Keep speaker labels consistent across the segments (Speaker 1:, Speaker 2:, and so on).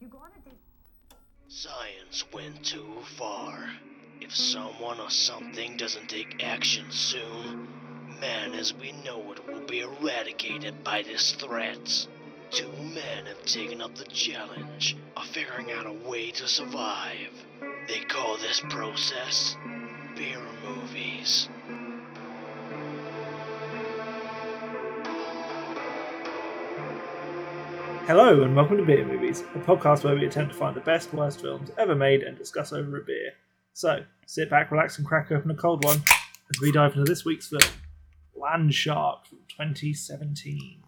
Speaker 1: You go on a date.
Speaker 2: Science went too far. If someone or something doesn't take action soon, man as we know it will be eradicated by this threat. Two men have taken up the challenge of figuring out a way to survive. They call this process beer movies.
Speaker 3: Hello and welcome to Beer Movies, a podcast where we attempt to find the best, worst films ever made and discuss over a beer. So, sit back, relax, and crack open a cold one as we dive into this week's film, Land Shark from 2017.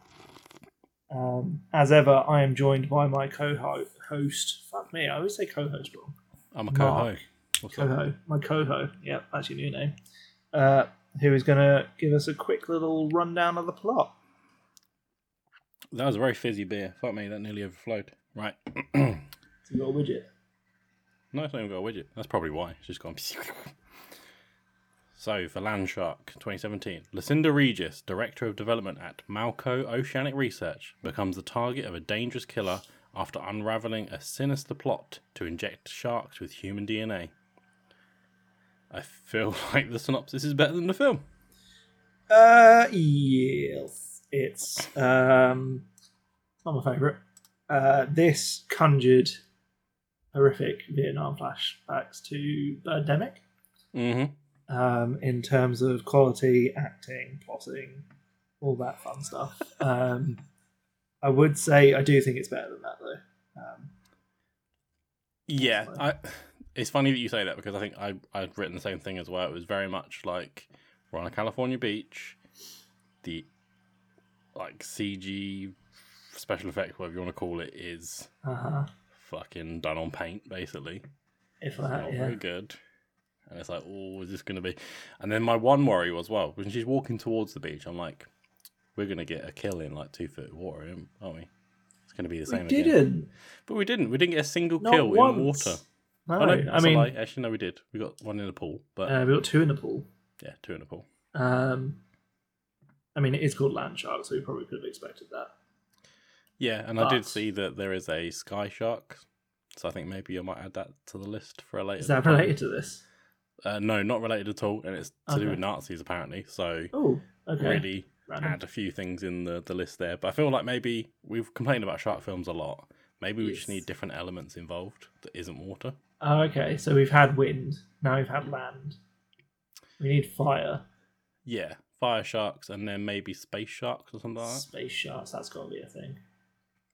Speaker 3: Um, as ever, I am joined by my co-host. Fuck me, I always say co-host wrong.
Speaker 4: I'm a
Speaker 3: Mark. Uh-huh.
Speaker 4: coho. What's that?
Speaker 3: Coho, my Coho. Yep, that's your new name. Uh, who is going to give us a quick little rundown of the plot?
Speaker 4: That was a very fizzy beer. Fuck me, that nearly overflowed. Right.
Speaker 3: It's a little widget.
Speaker 4: No, it's not even got a widget. That's probably why. It's just gone. so, for Land Shark 2017, Lucinda Regis, Director of Development at Malco Oceanic Research, becomes the target of a dangerous killer after unraveling a sinister plot to inject sharks with human DNA. I feel like the synopsis is better than the film.
Speaker 3: Uh, yes, it's um, it's not my favourite. Uh, this conjured horrific Vietnam flashbacks to Birdemic.
Speaker 4: Mm-hmm.
Speaker 3: um, in terms of quality, acting, plotting, all that fun stuff. Um, I would say I do think it's better than that though. Um,
Speaker 4: Yeah,
Speaker 3: That's
Speaker 4: I, it's funny that you say that because I think I I'd written the same thing as well. It was very much like we're on a California beach, the like CG special effect, whatever you want to call it, is
Speaker 3: uh-huh.
Speaker 4: fucking done on paint basically.
Speaker 3: If
Speaker 4: It's
Speaker 3: that,
Speaker 4: not
Speaker 3: yeah.
Speaker 4: very good. And it's like, oh, is this going to be? And then my one worry was, well, when she's walking towards the beach, I'm like, we're going to get a kill in like two foot of water, aren't we? It's going to be the same.
Speaker 3: We
Speaker 4: again.
Speaker 3: didn't.
Speaker 4: But we didn't. We didn't get a single
Speaker 3: Not
Speaker 4: kill
Speaker 3: once.
Speaker 4: in water.
Speaker 3: No,
Speaker 4: Oh, no,
Speaker 3: I
Speaker 4: that's a
Speaker 3: mean,
Speaker 4: lie. actually, no, we did. We got one in a pool, but
Speaker 3: uh, we got two in the pool.
Speaker 4: yeah, two in a pool.
Speaker 3: Um, I mean, it is called Land Shark, so we probably could have expected that.
Speaker 4: Yeah, and I
Speaker 3: But-
Speaker 4: did see that there is a sky shark, so I think maybe I might add that to the list for a later.
Speaker 3: Is that related to this?
Speaker 4: Uh, no, not related at all, and it's to
Speaker 3: Okay.
Speaker 4: do with Nazis apparently. So
Speaker 3: Oh, okay.
Speaker 4: really
Speaker 3: Random.
Speaker 4: add a few things in the the list there. But I feel like maybe we've complained about shark films a lot. Maybe we just
Speaker 3: Yes.
Speaker 4: need different elements involved that isn't water.
Speaker 3: Oh, okay. So we've had wind. Now we've had land. We need fire.
Speaker 4: Yeah, fire sharks, and then maybe space sharks or something like that.
Speaker 3: Space sharks. That's got to be a thing.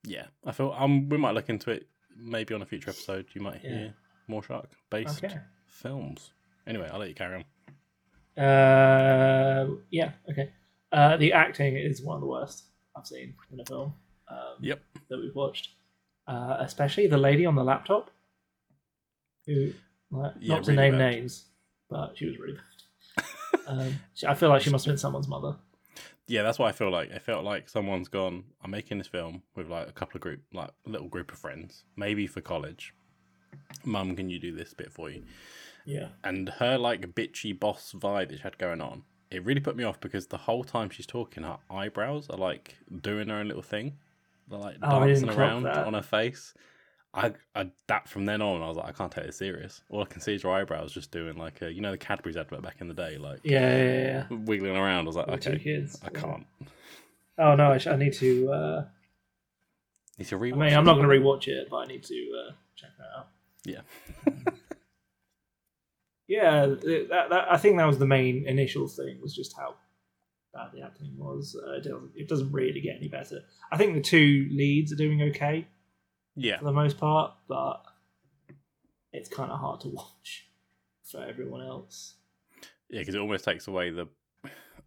Speaker 4: Yeah, I feel um we might look into it maybe on a future episode. You might
Speaker 3: Yeah.
Speaker 4: hear more shark based
Speaker 3: Okay.
Speaker 4: films. Anyway, I'll let you carry on.
Speaker 3: Uh, yeah, okay. Uh, the acting is one of the worst I've seen in a film um,
Speaker 4: Yep.
Speaker 3: that we've watched. Uh, especially the lady on the laptop, who, like,
Speaker 4: Yeah,
Speaker 3: not to
Speaker 4: really
Speaker 3: name
Speaker 4: bad.
Speaker 3: names, but she was really bad. um, she- I feel like she must have been someone's mother.
Speaker 4: Yeah, that's what I feel like. I felt like someone's gone. I'm making this film with like a couple of group, like a little group of friends, maybe for college. Mum, can you do this bit for you?
Speaker 3: Yeah.
Speaker 4: And her like bitchy boss vibe that she had going on, it really put me off because the whole time she's talking, her eyebrows are like doing her own little thing. They're like
Speaker 3: Oh, I didn't
Speaker 4: dancing
Speaker 3: clock
Speaker 4: around
Speaker 3: that.
Speaker 4: on her face. I, I that from then on, I was like, I can't take this serious. All I can see is her eyebrows just doing like a, you know, the Cadbury's advert back in the day, like
Speaker 3: Yeah, yeah, yeah.
Speaker 4: wiggling around. I was like,
Speaker 3: With two
Speaker 4: okay,
Speaker 3: kids.
Speaker 4: I can't.
Speaker 3: Oh, no, I, sh- I need to. Uh,
Speaker 4: Need to
Speaker 3: I
Speaker 4: rewatch.
Speaker 3: mean, I'm not going to rewatch it, but I need to uh, check that out.
Speaker 4: Yeah.
Speaker 3: Yeah, th- that, that, I think that was the main initial thing was just how bad the acting was. Uh, it, doesn't, it doesn't really get any better. I think the two leads are doing okay
Speaker 4: Yeah.
Speaker 3: for the most part, but it's kind of hard to watch for everyone else.
Speaker 4: Yeah, because it almost takes away the.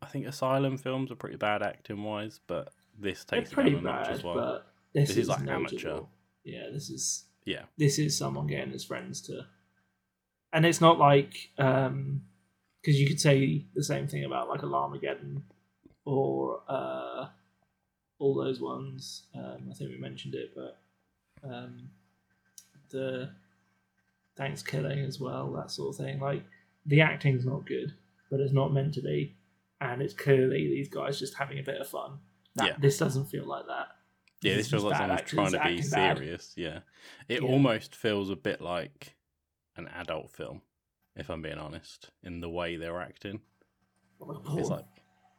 Speaker 4: I think Asylum films are pretty bad acting wise, but this
Speaker 3: They're
Speaker 4: takes it
Speaker 3: pretty
Speaker 4: down a notch
Speaker 3: bad,
Speaker 4: as well.
Speaker 3: but this,
Speaker 4: This
Speaker 3: is,
Speaker 4: is like
Speaker 3: noticeable.
Speaker 4: amateur.
Speaker 3: Yeah, this is
Speaker 4: Yeah,
Speaker 3: this is someone getting his friends to and it's not like um because you could say the same thing about like alarmageddon or uh all those ones um i think we mentioned it but um the thanksgiving as well that sort of thing like the acting's not good but it's not meant to be and it's clearly these guys just having a bit of fun that,
Speaker 4: Yeah.
Speaker 3: this doesn't feel like that
Speaker 4: Yeah, this
Speaker 3: It's
Speaker 4: feels
Speaker 3: just
Speaker 4: like
Speaker 3: bad
Speaker 4: someone's
Speaker 3: actors
Speaker 4: trying to be
Speaker 3: acting bad.
Speaker 4: serious. Yeah. It
Speaker 3: Yeah.
Speaker 4: almost feels a bit like an adult film, if I'm being honest, in the way they're acting.
Speaker 3: Like, porn.
Speaker 4: It's like,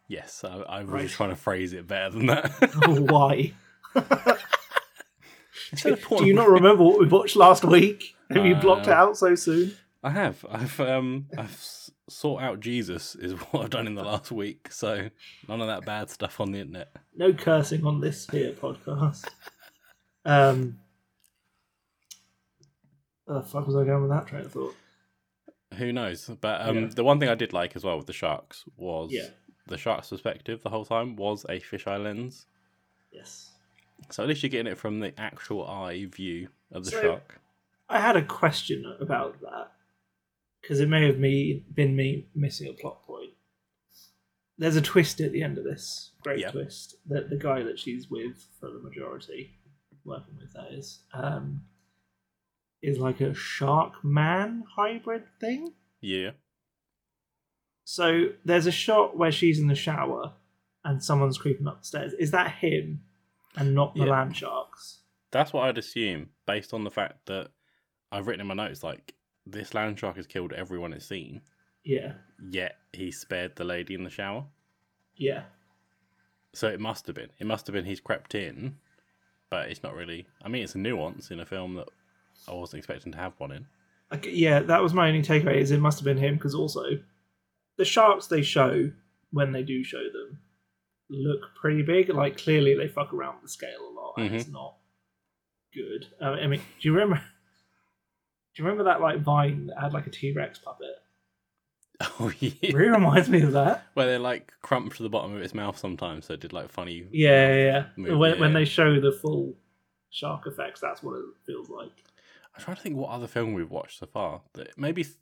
Speaker 4: yes, I, I was
Speaker 3: Right.
Speaker 4: just trying to phrase it better than that.
Speaker 3: Oh, why?
Speaker 4: Instead
Speaker 3: do,
Speaker 4: of
Speaker 3: do you not
Speaker 4: porn-
Speaker 3: remember what we watched last week? Have you
Speaker 4: Uh,
Speaker 3: blocked it out so soon?
Speaker 4: I have. I've um I've s- sought out Jesus is what I've done in the last week. So none of that bad stuff on the internet.
Speaker 3: No cursing on this here podcast. Um, where the fuck was I going with that train of thought?
Speaker 4: Who knows? But um
Speaker 3: Yeah.
Speaker 4: the one thing I did like as well with the sharks was
Speaker 3: Yeah.
Speaker 4: the shark's perspective the whole time was a fisheye lens.
Speaker 3: Yes.
Speaker 4: So at least you're getting it from the actual eye view of the
Speaker 3: So-
Speaker 4: shark.
Speaker 3: I had a question about that because it may have me been me missing a plot point. There's a twist at the end of this great
Speaker 4: Yeah.
Speaker 3: twist that the guy that she's with for the majority, working with that is, um, is like a shark man hybrid thing.
Speaker 4: Yeah.
Speaker 3: So there's a shot where she's in the shower and someone's creeping up the stairs. Is that him and not the
Speaker 4: Yeah.
Speaker 3: land sharks?
Speaker 4: That's what I'd assume based on the fact that I've written in my notes like this land shark has killed everyone it's seen,
Speaker 3: Yeah,
Speaker 4: yet he spared the lady in the shower.
Speaker 3: yeah.
Speaker 4: So it must have been. It must have been he's crept in, but it's not really. I mean, it's a nuance in a film that I wasn't expecting to have one in.
Speaker 3: Like, yeah, that was my only takeaway. Is it must have been him because also the sharks they show when they do show them look pretty big. Like clearly they fuck around with the scale a lot, and it's not good. Um, I mean, do you remember? Do you remember that like vine that had like a T Rex puppet?
Speaker 4: Oh yeah.
Speaker 3: It really reminds me of that.
Speaker 4: Where they like crumped to the bottom of its mouth sometimes, so it did like funny.
Speaker 3: Yeah, yeah. yeah.
Speaker 4: Movie,
Speaker 3: when when
Speaker 4: yeah.
Speaker 3: they show the full shark effects, that's what it feels like.
Speaker 4: I'm trying to think what other film we've watched so far. That maybe th-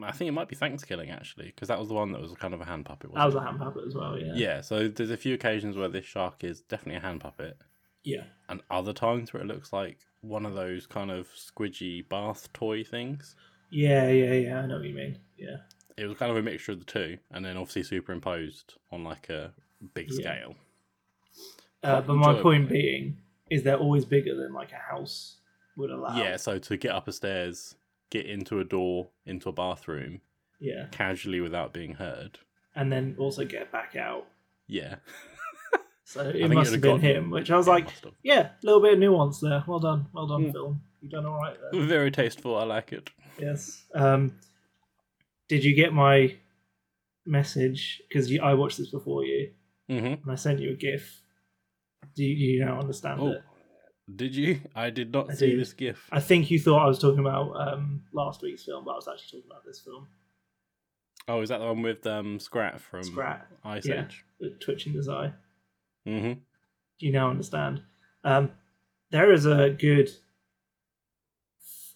Speaker 4: I think it might be Thanksgiving actually, because that was the one that was kind of a hand puppet.
Speaker 3: That was
Speaker 4: Wasn't
Speaker 3: a hand puppet as well. Yeah.
Speaker 4: it? yeah. So there's a few occasions where this shark is definitely a hand puppet,
Speaker 3: Yeah.
Speaker 4: and other times where it looks like one of those kind of squidgy bath toy things.
Speaker 3: Yeah. Yeah. Yeah. I know what you mean. Yeah.
Speaker 4: it was kind of a mixture of the two, and then obviously superimposed on like a big
Speaker 3: Yeah.
Speaker 4: scale.
Speaker 3: Uh,
Speaker 4: Quite
Speaker 3: but my
Speaker 4: enjoyable.
Speaker 3: point being is they're always bigger than like a house would allow.
Speaker 4: Yeah, so to get up a stairs, get into a door, into a bathroom,
Speaker 3: Yeah.
Speaker 4: casually without being heard.
Speaker 3: And then also get back out.
Speaker 4: Yeah,
Speaker 3: So
Speaker 4: I
Speaker 3: it
Speaker 4: think
Speaker 3: must
Speaker 4: it'd
Speaker 3: have
Speaker 4: have
Speaker 3: been
Speaker 4: gotten-
Speaker 3: him, which I was
Speaker 4: Yeah,
Speaker 3: like,
Speaker 4: must have.
Speaker 3: yeah, a little bit of nuance there. Well done. Well done,
Speaker 4: Mm.
Speaker 3: Phil. you done all right there.
Speaker 4: very tasteful. I like it.
Speaker 3: yes. Um, did you get my message? Because I watched this before you
Speaker 4: hmm
Speaker 3: and I sent you a GIF. Do you, you now understand
Speaker 4: Oh,
Speaker 3: it?
Speaker 4: did you? I did not
Speaker 3: I
Speaker 4: see
Speaker 3: did.
Speaker 4: this gif.
Speaker 3: I think you thought I was talking about um, last week's film, but I was actually talking about this film,
Speaker 4: Oh, is that the one with um Scrat from
Speaker 3: Scrat,
Speaker 4: Ice
Speaker 3: yeah.
Speaker 4: Age?
Speaker 3: with Twitch in his eye.
Speaker 4: hmm
Speaker 3: do you now understand? Um, there is a good.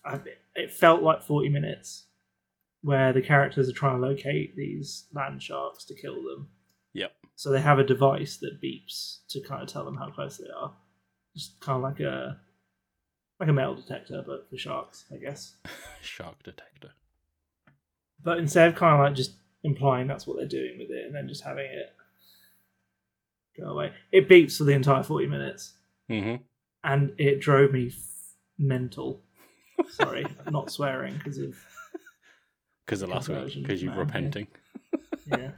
Speaker 3: I, it felt like forty minutes, where the characters are trying to locate these land sharks to kill them.
Speaker 4: Yep.
Speaker 3: So they have a device that beeps to kind of tell them how close they are, just kind of like a like a metal detector, but for sharks, I guess.
Speaker 4: Shark detector.
Speaker 3: But instead of kind of like just implying that's what they're doing with it, and then just having it go away, it beeps for the entire forty minutes.
Speaker 4: hmm
Speaker 3: and it drove me f- mental. Sorry, I'm not swearing because of
Speaker 4: Because the
Speaker 3: The
Speaker 4: last one,
Speaker 3: conversion,
Speaker 4: because you're
Speaker 3: man, yeah.
Speaker 4: repenting.
Speaker 3: yeah,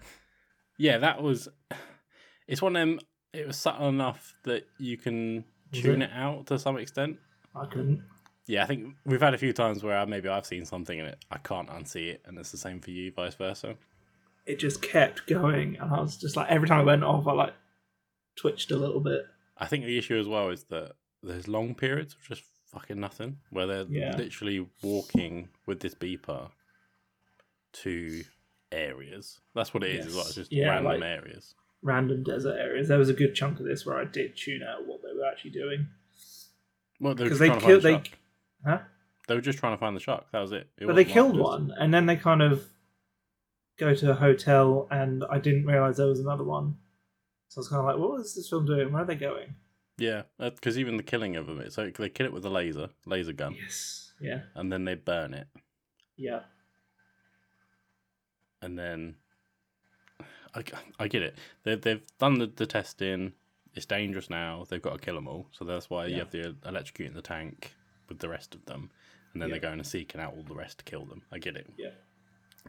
Speaker 4: Yeah, that was. It's one of them. It was subtle enough that you can
Speaker 3: Was
Speaker 4: tune
Speaker 3: it?
Speaker 4: it out to some extent.
Speaker 3: I couldn't.
Speaker 4: Yeah, I think we've had a few times where I, maybe I've seen something and it, I can't unsee it, and it's the same for you, vice versa.
Speaker 3: It just kept going, and I was just like, every time it went off, I like twitched a little bit.
Speaker 4: I think the issue as well is that there's long periods of just fucking nothing where they're
Speaker 3: Yeah.
Speaker 4: literally walking with this beeper to areas. That's what it is. Is
Speaker 3: Yes.
Speaker 4: well. It's just
Speaker 3: Yeah,
Speaker 4: random
Speaker 3: like-
Speaker 4: areas.
Speaker 3: Random desert areas. There was a good chunk of this where I did tune out what they were actually doing
Speaker 4: Well, they were
Speaker 3: because
Speaker 4: just
Speaker 3: they
Speaker 4: trying to find
Speaker 3: killed
Speaker 4: the
Speaker 3: they,
Speaker 4: shark.
Speaker 3: huh?
Speaker 4: They were just trying to find the shark. That was it. It
Speaker 3: but they
Speaker 4: wasn't like
Speaker 3: killed
Speaker 4: it was-
Speaker 3: one, and then they kind of go to a hotel, and I didn't realize there was another one. So I was kind of like, what was this film doing? Where are they going?
Speaker 4: Yeah, because even the killing of them, it's like they kill it with a laser, laser gun,
Speaker 3: Yes. Yeah.
Speaker 4: and then they burn it,
Speaker 3: Yeah.
Speaker 4: and then I, g- I get it. They've they've done the, the testing. it's dangerous now. They've got to kill them all. So that's why you
Speaker 3: Yeah.
Speaker 4: have the electrocute in the tank with the rest of them, and then
Speaker 3: Yeah.
Speaker 4: they're going and seeking out all the rest to kill them. I get it.
Speaker 3: Yeah.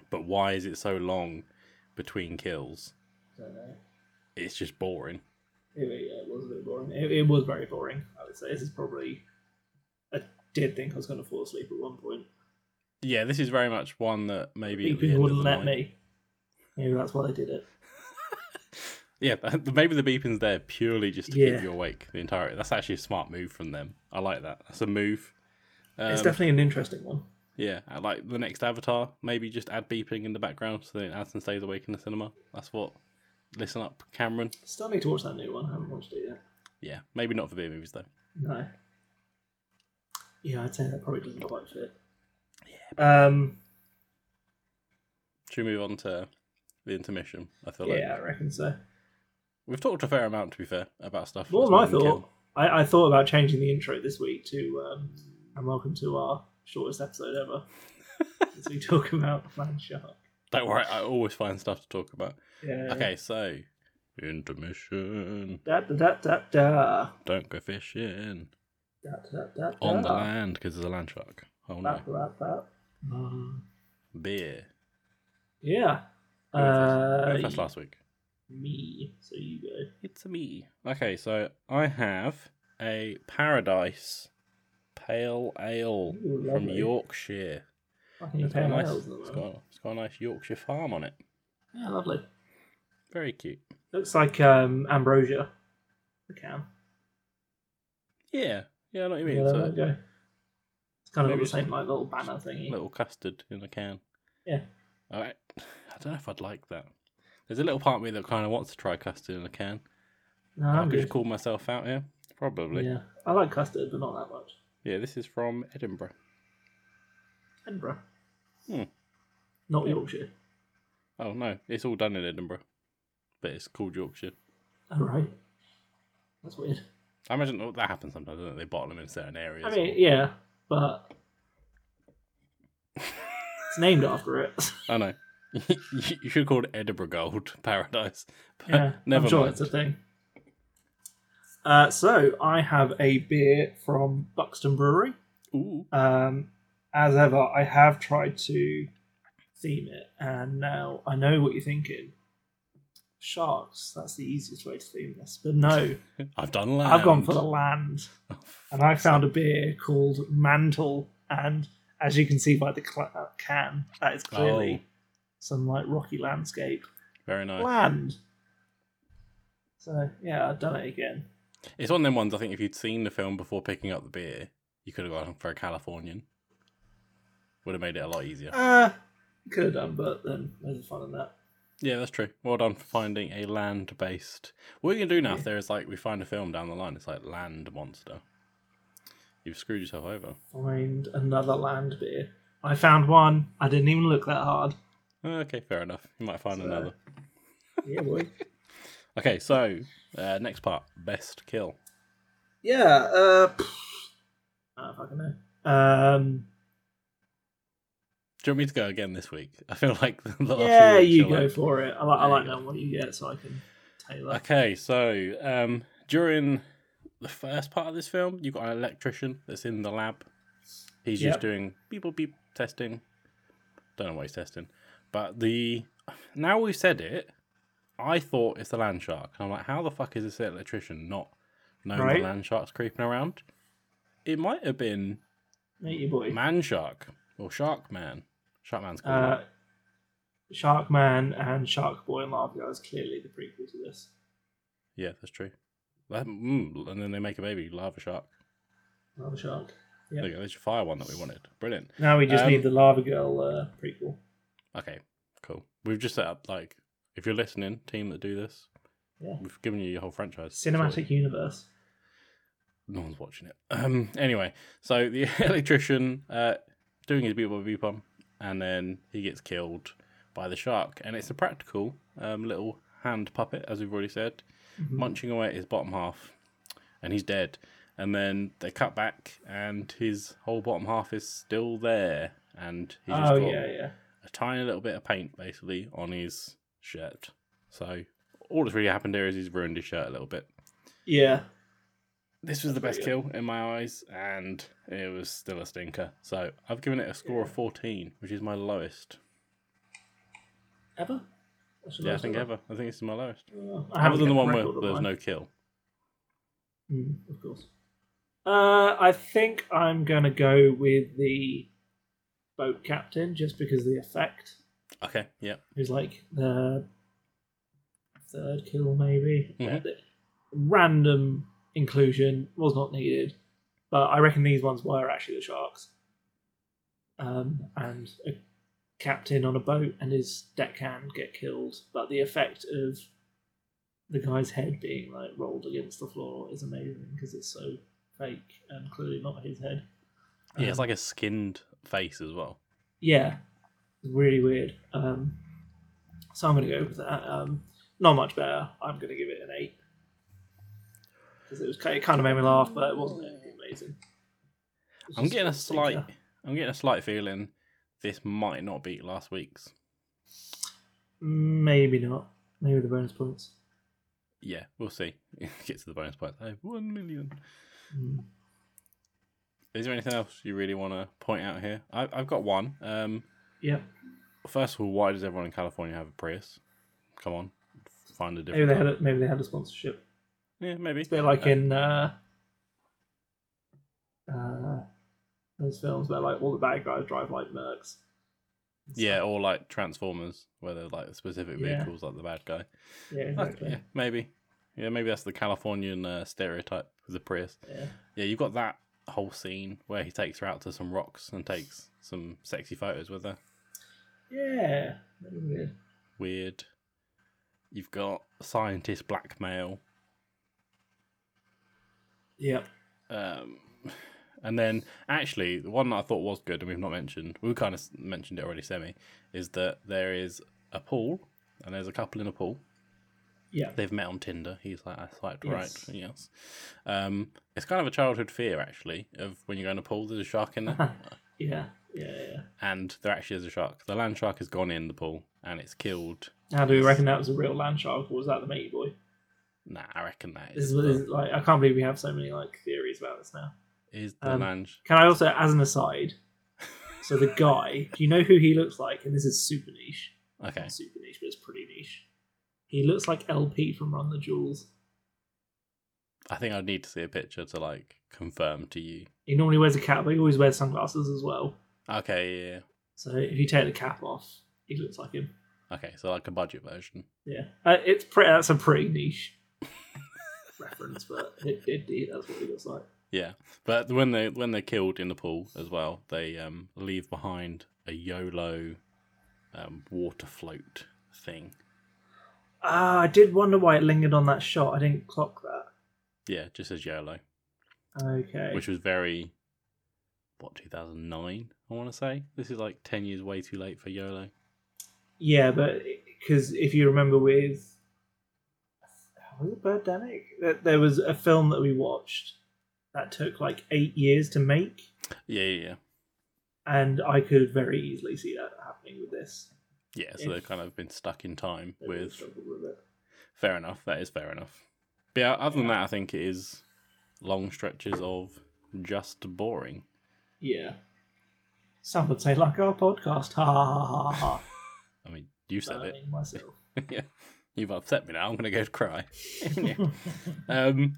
Speaker 4: But why is it so long between kills?
Speaker 3: Don't know.
Speaker 4: It's just boring.
Speaker 3: It, yeah, it was a bit boring. It, it was very boring. I would say this is probably. I did think I was going to fall asleep at one point.
Speaker 4: Yeah, this is very much one that maybe at
Speaker 3: People
Speaker 4: the end of
Speaker 3: wouldn't
Speaker 4: the
Speaker 3: let
Speaker 4: night-
Speaker 3: me. Maybe that's why they did it.
Speaker 4: Yeah, maybe the beeping's there purely just to
Speaker 3: Yeah.
Speaker 4: keep you awake the entire. That's actually a smart move from them. I like that. That's a move. Um,
Speaker 3: it's definitely an interesting one.
Speaker 4: yeah, I like the next Avatar, maybe just add beeping in the background so then Anson stays awake in the cinema. That's what. Listen up, Cameron.
Speaker 3: Still need to watch that new one. I haven't watched it yet.
Speaker 4: Yeah, maybe not for beer movies though.
Speaker 3: No. Yeah, I'd say that probably doesn't quite fit. Yeah. Um.
Speaker 4: Should we move on to the intermission? I feel like
Speaker 3: Yeah, I reckon so.
Speaker 4: we've talked a fair amount, to be fair, about stuff.
Speaker 3: More
Speaker 4: that's
Speaker 3: than I
Speaker 4: made them
Speaker 3: thought.
Speaker 4: kill.
Speaker 3: I, I thought about changing the intro this week to um, and welcome to our shortest episode ever. as we talk about Land Shark.
Speaker 4: Don't worry, I always find stuff to talk about.
Speaker 3: Yeah.
Speaker 4: Okay, so intermission.
Speaker 3: Da da da da da.
Speaker 4: Don't go fishing
Speaker 3: Da da da da.
Speaker 4: on the land because there's a land shark. Oh
Speaker 3: Da,
Speaker 4: no,
Speaker 3: da, da. Um,
Speaker 4: beer.
Speaker 3: yeah.
Speaker 4: Who went first? Who
Speaker 3: Uh,
Speaker 4: went first last week.
Speaker 3: me. So you go.
Speaker 4: It's a me. Okay, so I have a paradise pale ale
Speaker 3: Ooh,
Speaker 4: from
Speaker 3: lovely.
Speaker 4: Yorkshire.
Speaker 3: Fucking
Speaker 4: It's got, a
Speaker 3: pale
Speaker 4: nice,
Speaker 3: ales at the
Speaker 4: it's,
Speaker 3: moment.
Speaker 4: got, it's got a nice Yorkshire farm on it.
Speaker 3: Yeah, lovely.
Speaker 4: Very cute.
Speaker 3: Looks like um, ambrosia. The can.
Speaker 4: Yeah, yeah, I know what you mean.
Speaker 3: Yeah,
Speaker 4: so,
Speaker 3: there we go. It's kind of got
Speaker 4: Maybe
Speaker 3: the
Speaker 4: it's
Speaker 3: same
Speaker 4: a-
Speaker 3: like little banner thingy.
Speaker 4: little custard in a can.
Speaker 3: Yeah.
Speaker 4: All right. I don't know if I'd like that. There's a little part of me that kind of wants to try custard in a can.
Speaker 3: no,
Speaker 4: I
Speaker 3: I'm
Speaker 4: could
Speaker 3: good.
Speaker 4: just call myself out here. Probably. Yeah.
Speaker 3: Yeah, I like custard, but not that much.
Speaker 4: this is from Edinburgh.
Speaker 3: Edinburgh.
Speaker 4: Hmm.
Speaker 3: Not
Speaker 4: Yeah.
Speaker 3: Yorkshire.
Speaker 4: Oh no, it's all done in Edinburgh, but it's called Yorkshire.
Speaker 3: Oh, right. That's weird.
Speaker 4: I imagine oh, that happens sometimes. Don't they? they bottle them in certain areas.
Speaker 3: I mean, yeah, but it's named after it.
Speaker 4: I know. you should call it Edinburgh Gold Paradise. But
Speaker 3: yeah,
Speaker 4: never
Speaker 3: I'm sure
Speaker 4: mind.
Speaker 3: it's a thing. Uh, so I have a beer from Buxton Brewery.
Speaker 4: Ooh,
Speaker 3: Um, as ever, I have tried to theme it, and now I know what you're thinking. Sharks. That's the easiest way to theme this. But no,
Speaker 4: I've done land.
Speaker 3: I've gone for the land. and I found a beer called Mantle, and as you can see by the cl- uh, can, that is
Speaker 4: Oh,
Speaker 3: clearly some like rocky landscape
Speaker 4: Very nice.
Speaker 3: land. So yeah, I've done it again.
Speaker 4: It's one of them ones. I think if you'd seen the film before picking up the beer, you could have gone for a Californian. Would have made it a lot easier.
Speaker 3: Uh could have done, but then there's the fun in that.
Speaker 4: Yeah, that's true. Well done for finding a land based. What we can do now
Speaker 3: Yeah.
Speaker 4: if there is like we find a film down the line, it's like land monster. You've screwed yourself over.
Speaker 3: Find another land beer. I found one. I didn't even look that hard.
Speaker 4: Okay, fair enough. You might find
Speaker 3: So-
Speaker 4: another.
Speaker 3: Yeah, boy.
Speaker 4: Okay, so uh, next part, best kill.
Speaker 3: yeah. Uh, I don't fucking know. Um,
Speaker 4: Do you want me to go again this week? I feel like the last few
Speaker 3: yeah,
Speaker 4: weeks
Speaker 3: you
Speaker 4: are
Speaker 3: go
Speaker 4: like-
Speaker 3: for it. I like, I
Speaker 4: There you
Speaker 3: like
Speaker 4: go.
Speaker 3: knowing what you get, so I can tailor.
Speaker 4: Okay, so um, during the first part of this film, you've got an electrician that's in the lab. He's
Speaker 3: Yep.
Speaker 4: just doing beep boop, beep testing. Don't know what he's testing, but the now we've said it, I thought it's the land shark. I'm like, how the fuck is this electrician not knowing
Speaker 3: Right.
Speaker 4: the land shark's creeping around? It might have been
Speaker 3: Meet your boy.
Speaker 4: man shark or shark man. Shark man's cool.
Speaker 3: Uh, Shark Man and Shark Boy and Lava Girl is clearly the prequel to this.
Speaker 4: yeah, that's true. That- mm, and then they make a baby lava shark.
Speaker 3: Lava Shark. Yeah.
Speaker 4: There you go. There's your fire one that we wanted. Brilliant.
Speaker 3: Now we just
Speaker 4: Um,
Speaker 3: need the Lava Girl uh, prequel.
Speaker 4: Okay, cool. We've just set up like if you're listening, team that do this,
Speaker 3: Yeah.
Speaker 4: we've given you your whole franchise.
Speaker 3: Cinematic
Speaker 4: Sorry,
Speaker 3: universe.
Speaker 4: No one's watching it. Um. Anyway, so the electrician uh doing his beep beep on, and then he gets killed by the shark, and it's a practical um little hand puppet, as we've already said,
Speaker 3: Mm-hmm.
Speaker 4: munching away at his bottom half, and he's dead. And then they cut back, and his whole bottom half is still there, and he just
Speaker 3: Oh
Speaker 4: got
Speaker 3: yeah, yeah.
Speaker 4: a tiny little bit of paint basically on his shirt. So all that's really happened there is he's ruined his shirt a little bit.
Speaker 3: Yeah.
Speaker 4: This was the best
Speaker 3: Yeah.
Speaker 4: kill in my eyes, and it was still a stinker. So I've given it a score of 14, which is my lowest.
Speaker 3: Ever? That's the
Speaker 4: Yeah, I
Speaker 3: lowest
Speaker 4: think ever. I think this is my lowest.
Speaker 3: Uh, I
Speaker 4: Other
Speaker 3: haven't
Speaker 4: than the
Speaker 3: kept
Speaker 4: one where
Speaker 3: record of
Speaker 4: there was
Speaker 3: mine.
Speaker 4: no kill.
Speaker 3: Mm, of course. Uh, I think I'm gonna go with the boat captain just because of the effect.
Speaker 4: Okay, yep.
Speaker 3: Who's like the third kill, maybe.
Speaker 4: Mhm.
Speaker 3: The Random inclusion was not needed, but I reckon these ones were actually the sharks. Um, and a captain on a boat and his deckhand get killed, but the effect of the guy's head being like rolled against the floor is amazing because it's so fake and clearly not his head.
Speaker 4: Yeah, it's
Speaker 3: Um,
Speaker 4: like a skinned face as well.
Speaker 3: yeah, really weird. Um, so I'm going to go with that. Um, not much better. I'm going to give it an eight because it was ki- it kind of made me laugh, but it wasn't anything amazing. It was
Speaker 4: I'm
Speaker 3: just
Speaker 4: getting a
Speaker 3: stinker.
Speaker 4: slight I'm getting a slight feeling this might not beat last week's.
Speaker 3: maybe not. Maybe the bonus points.
Speaker 4: Yeah, we'll see. Get to the bonus points. I have one million.
Speaker 3: Mm.
Speaker 4: Is there anything else you really want to point out here? I, I've got one. Um,
Speaker 3: Yeah,
Speaker 4: first of all, why does everyone in California have a Prius? Come on, find a
Speaker 3: maybe
Speaker 4: different.
Speaker 3: they had a, maybe they had a sponsorship.
Speaker 4: yeah, maybe.
Speaker 3: It's a bit like in uh, uh, those films where like all the bad guys drive like mercs.
Speaker 4: Yeah, or like Transformers, where they're like specific
Speaker 3: Yeah.
Speaker 4: vehicles, like the bad guy.
Speaker 3: Yeah,
Speaker 4: Okay,
Speaker 3: exactly.
Speaker 4: yeah, maybe. Yeah, maybe that's the Californian uh, stereotype with the Prius.
Speaker 3: Yeah.
Speaker 4: Yeah, you've got that whole scene where he takes her out to some rocks and takes some sexy photos with her.
Speaker 3: Yeah. Very weird.
Speaker 4: Weird. You've got scientist blackmail.
Speaker 3: Yeah.
Speaker 4: Um, and then, actually, the one that I thought was good and we've not mentioned, we kind of mentioned it already, semi, is that there is a pool and there's a couple in a pool.
Speaker 3: Yeah.
Speaker 4: They've met on Tinder. He's like, I swiped
Speaker 3: Yes.
Speaker 4: right. Yes. Um, it's kind of a childhood fear, actually, of when you're going to pool, there's a shark in there.
Speaker 3: Yeah, yeah, yeah.
Speaker 4: and there actually is a shark. The land shark has gone in the pool and it's killed.
Speaker 3: How do we reckon that was a real land shark, or was that the matey boy?
Speaker 4: Nah, I reckon that
Speaker 3: This
Speaker 4: is.
Speaker 3: is,
Speaker 4: the-
Speaker 3: this is like I can't believe we have so many like theories about this now.
Speaker 4: is the
Speaker 3: um,
Speaker 4: land.
Speaker 3: Can I also, as an aside, so the guy, do you know who he looks like? And this is super niche,
Speaker 4: Okay.
Speaker 3: Not super niche, but it's pretty niche. He looks like LP from Run the Jewels.
Speaker 4: I think I'd need to see a picture to like confirm to you.
Speaker 3: He normally wears a cap, but he always wears sunglasses as well.
Speaker 4: Okay, yeah,
Speaker 3: So if you take the cap off, he looks like him.
Speaker 4: yeah. Okay, so like a budget version.
Speaker 3: Yeah, uh, it's pretty. That's a pretty niche reference, but it, it, it, that's what he looks like.
Speaker 4: Yeah. But when they when they're killed in the pool as well, they um leave behind a YOLO um water float thing.
Speaker 3: Ah, I did wonder why it lingered on that shot. I didn't clock that.
Speaker 4: Yeah, just as YOLO.
Speaker 3: Okay.
Speaker 4: Which was very what, two thousand nine, I wanna say? This is like ten years way too late for YOLO.
Speaker 3: Yeah, but because if you remember with was it Birdemic? There- There was a film that we watched that took like eight years to make,
Speaker 4: Yeah, yeah, yeah.
Speaker 3: and I could very easily see that happening with this.
Speaker 4: Yeah, so
Speaker 3: If-
Speaker 4: they've kind of been stuck in time
Speaker 3: They really
Speaker 4: with
Speaker 3: struggled with it.
Speaker 4: Fair enough. That is fair enough. But yeah, other than that, I think it is long stretches of just boring.
Speaker 3: Yeah. Some would say like our podcast. Ha ha ha ha ha.
Speaker 4: I mean, you said it.
Speaker 3: Burning myself.
Speaker 4: yeah, you've upset me now. I'm gonna go cry. Yeah. um,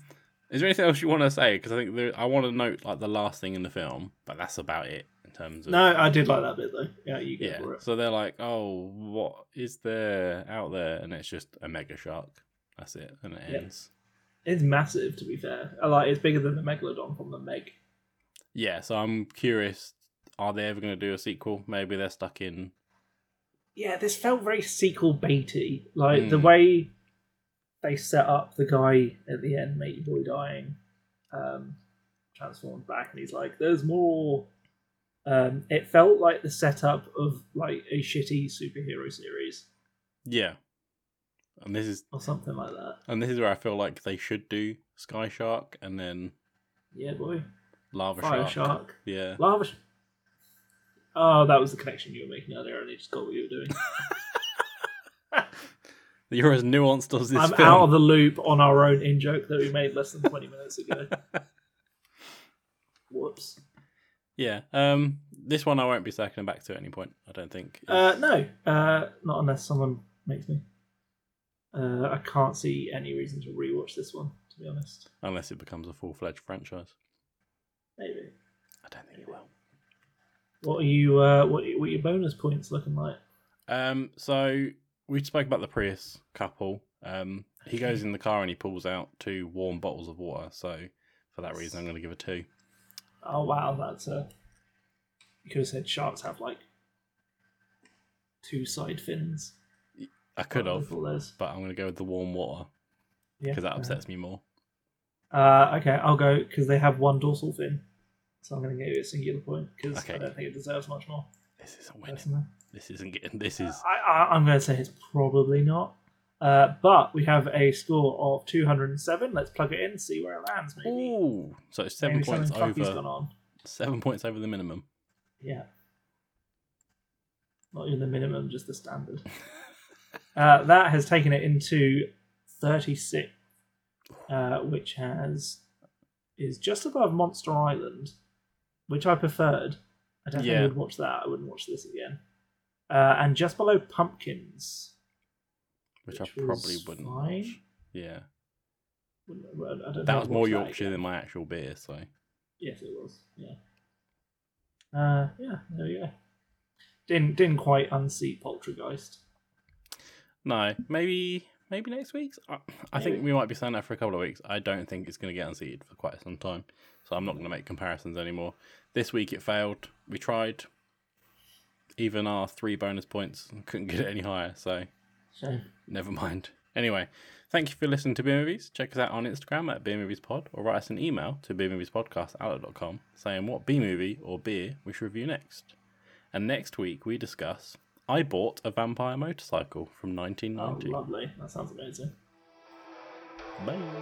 Speaker 4: is there anything else you want to say? Because I think there, I want to note like the last thing in the film, but that's about it in terms of.
Speaker 3: no, I did like that bit though. Yeah, you go
Speaker 4: Yeah.
Speaker 3: for it.
Speaker 4: So they're like, "Oh, what is there out there?" And it's just a mega shark. That's it, and it
Speaker 3: Yep.
Speaker 4: ends.
Speaker 3: It's massive, to be fair. I Like it's bigger than the megalodon from the Meg.
Speaker 4: Yeah. So I'm curious. Are they ever gonna do a sequel? Maybe they're stuck in
Speaker 3: yeah, this felt very sequel baity. Like the
Speaker 4: Hmm.
Speaker 3: way they set up the guy at the end, matey boy dying, um, transformed back, and he's like, "There's more." Um, it felt like the setup of like a shitty superhero series
Speaker 4: Yeah. And this is
Speaker 3: or something like that.
Speaker 4: and this is where I feel like they should do Sky Shark and then
Speaker 3: Yeah, boy,
Speaker 4: Lava
Speaker 3: fire
Speaker 4: Shark.
Speaker 3: shark,
Speaker 4: Yeah.
Speaker 3: lava. Sh- oh, that was the connection you were making earlier, and I just got what you were doing.
Speaker 4: You're as nuanced as this
Speaker 3: I'm
Speaker 4: film.
Speaker 3: out of the loop on our own in joke that we made less than 20 minutes ago. Whoops.
Speaker 4: Yeah. Um. This one I won't be circling back to at any point. I don't think.
Speaker 3: Uh, no, uh, not unless someone makes me. Uh, I can't see any reason to rewatch this one, to be honest.
Speaker 4: unless it becomes a full fledged franchise.
Speaker 3: Maybe.
Speaker 4: I don't think it will.
Speaker 3: What are you? Uh, what, are- what are your bonus points looking like?
Speaker 4: Um. So we spoke about the Prius couple. Um. He goes in the car and he pulls out two warm bottles of water. So for that reason, I'm going to give a two.
Speaker 3: Oh wow, that's a. You could have said sharks have like two side fins.
Speaker 4: I could
Speaker 3: What do
Speaker 4: have,
Speaker 3: they call those?
Speaker 4: but I'm going to go with the warm water
Speaker 3: Yeah.
Speaker 4: because that upsets me more.
Speaker 3: Uh, okay, I'll go because they have one dorsal fin, so I'm going to give it a singular point because
Speaker 4: Okay.
Speaker 3: I don't think it deserves much more.
Speaker 4: This isn't winning.
Speaker 3: Personally,
Speaker 4: This isn't getting. This is.
Speaker 3: I, I, I'm going to say it's probably not. Uh, but we have a score of 207. Let's plug it in, see where it lands. Maybe,
Speaker 4: Ooh. So it's seven
Speaker 3: maybe
Speaker 4: points
Speaker 3: something fucky's gone
Speaker 4: over.
Speaker 3: on.
Speaker 4: Seven points over the minimum.
Speaker 3: Yeah. Not even the minimum, just the standard. uh, that has taken it into 36, uh, which has is just above Monster Island, which I preferred. I definitely
Speaker 4: Yeah.
Speaker 3: would watch that. I wouldn't watch this again. Uh, and just below Pumpkins,
Speaker 4: Which,
Speaker 3: Which
Speaker 4: I probably
Speaker 3: was
Speaker 4: wouldn't.
Speaker 3: fine.
Speaker 4: Watch. Yeah,
Speaker 3: Wouldn't- I don't know if
Speaker 4: that
Speaker 3: I'd
Speaker 4: was more
Speaker 3: watch
Speaker 4: Yorkshire
Speaker 3: again.
Speaker 4: than my actual beer. So
Speaker 3: Yes, it was. Yeah. Uh, yeah. There we go. Didn't didn't quite unseat Poltergeist.
Speaker 4: no, maybe maybe next week's. I, I think
Speaker 3: Maybe.
Speaker 4: we might be saying that for a couple of weeks. I don't think it's going to get unseated for quite some time. So I'm not going to make comparisons anymore. This week it failed. We tried. Even our three bonus points couldn't get it any higher. So
Speaker 3: Shame.
Speaker 4: Never mind. Anyway, thank you for listening to Beer Movies. Check us out on Instagram at Beer Movies Pod or write us an email to beermoviespodcastoutlet.com saying what B movie or beer we should review next. And next week we discuss I Bought a Vampire Motorcycle from
Speaker 3: Oh,
Speaker 4: 1990.
Speaker 3: lovely. That sounds amazing.
Speaker 4: Bye.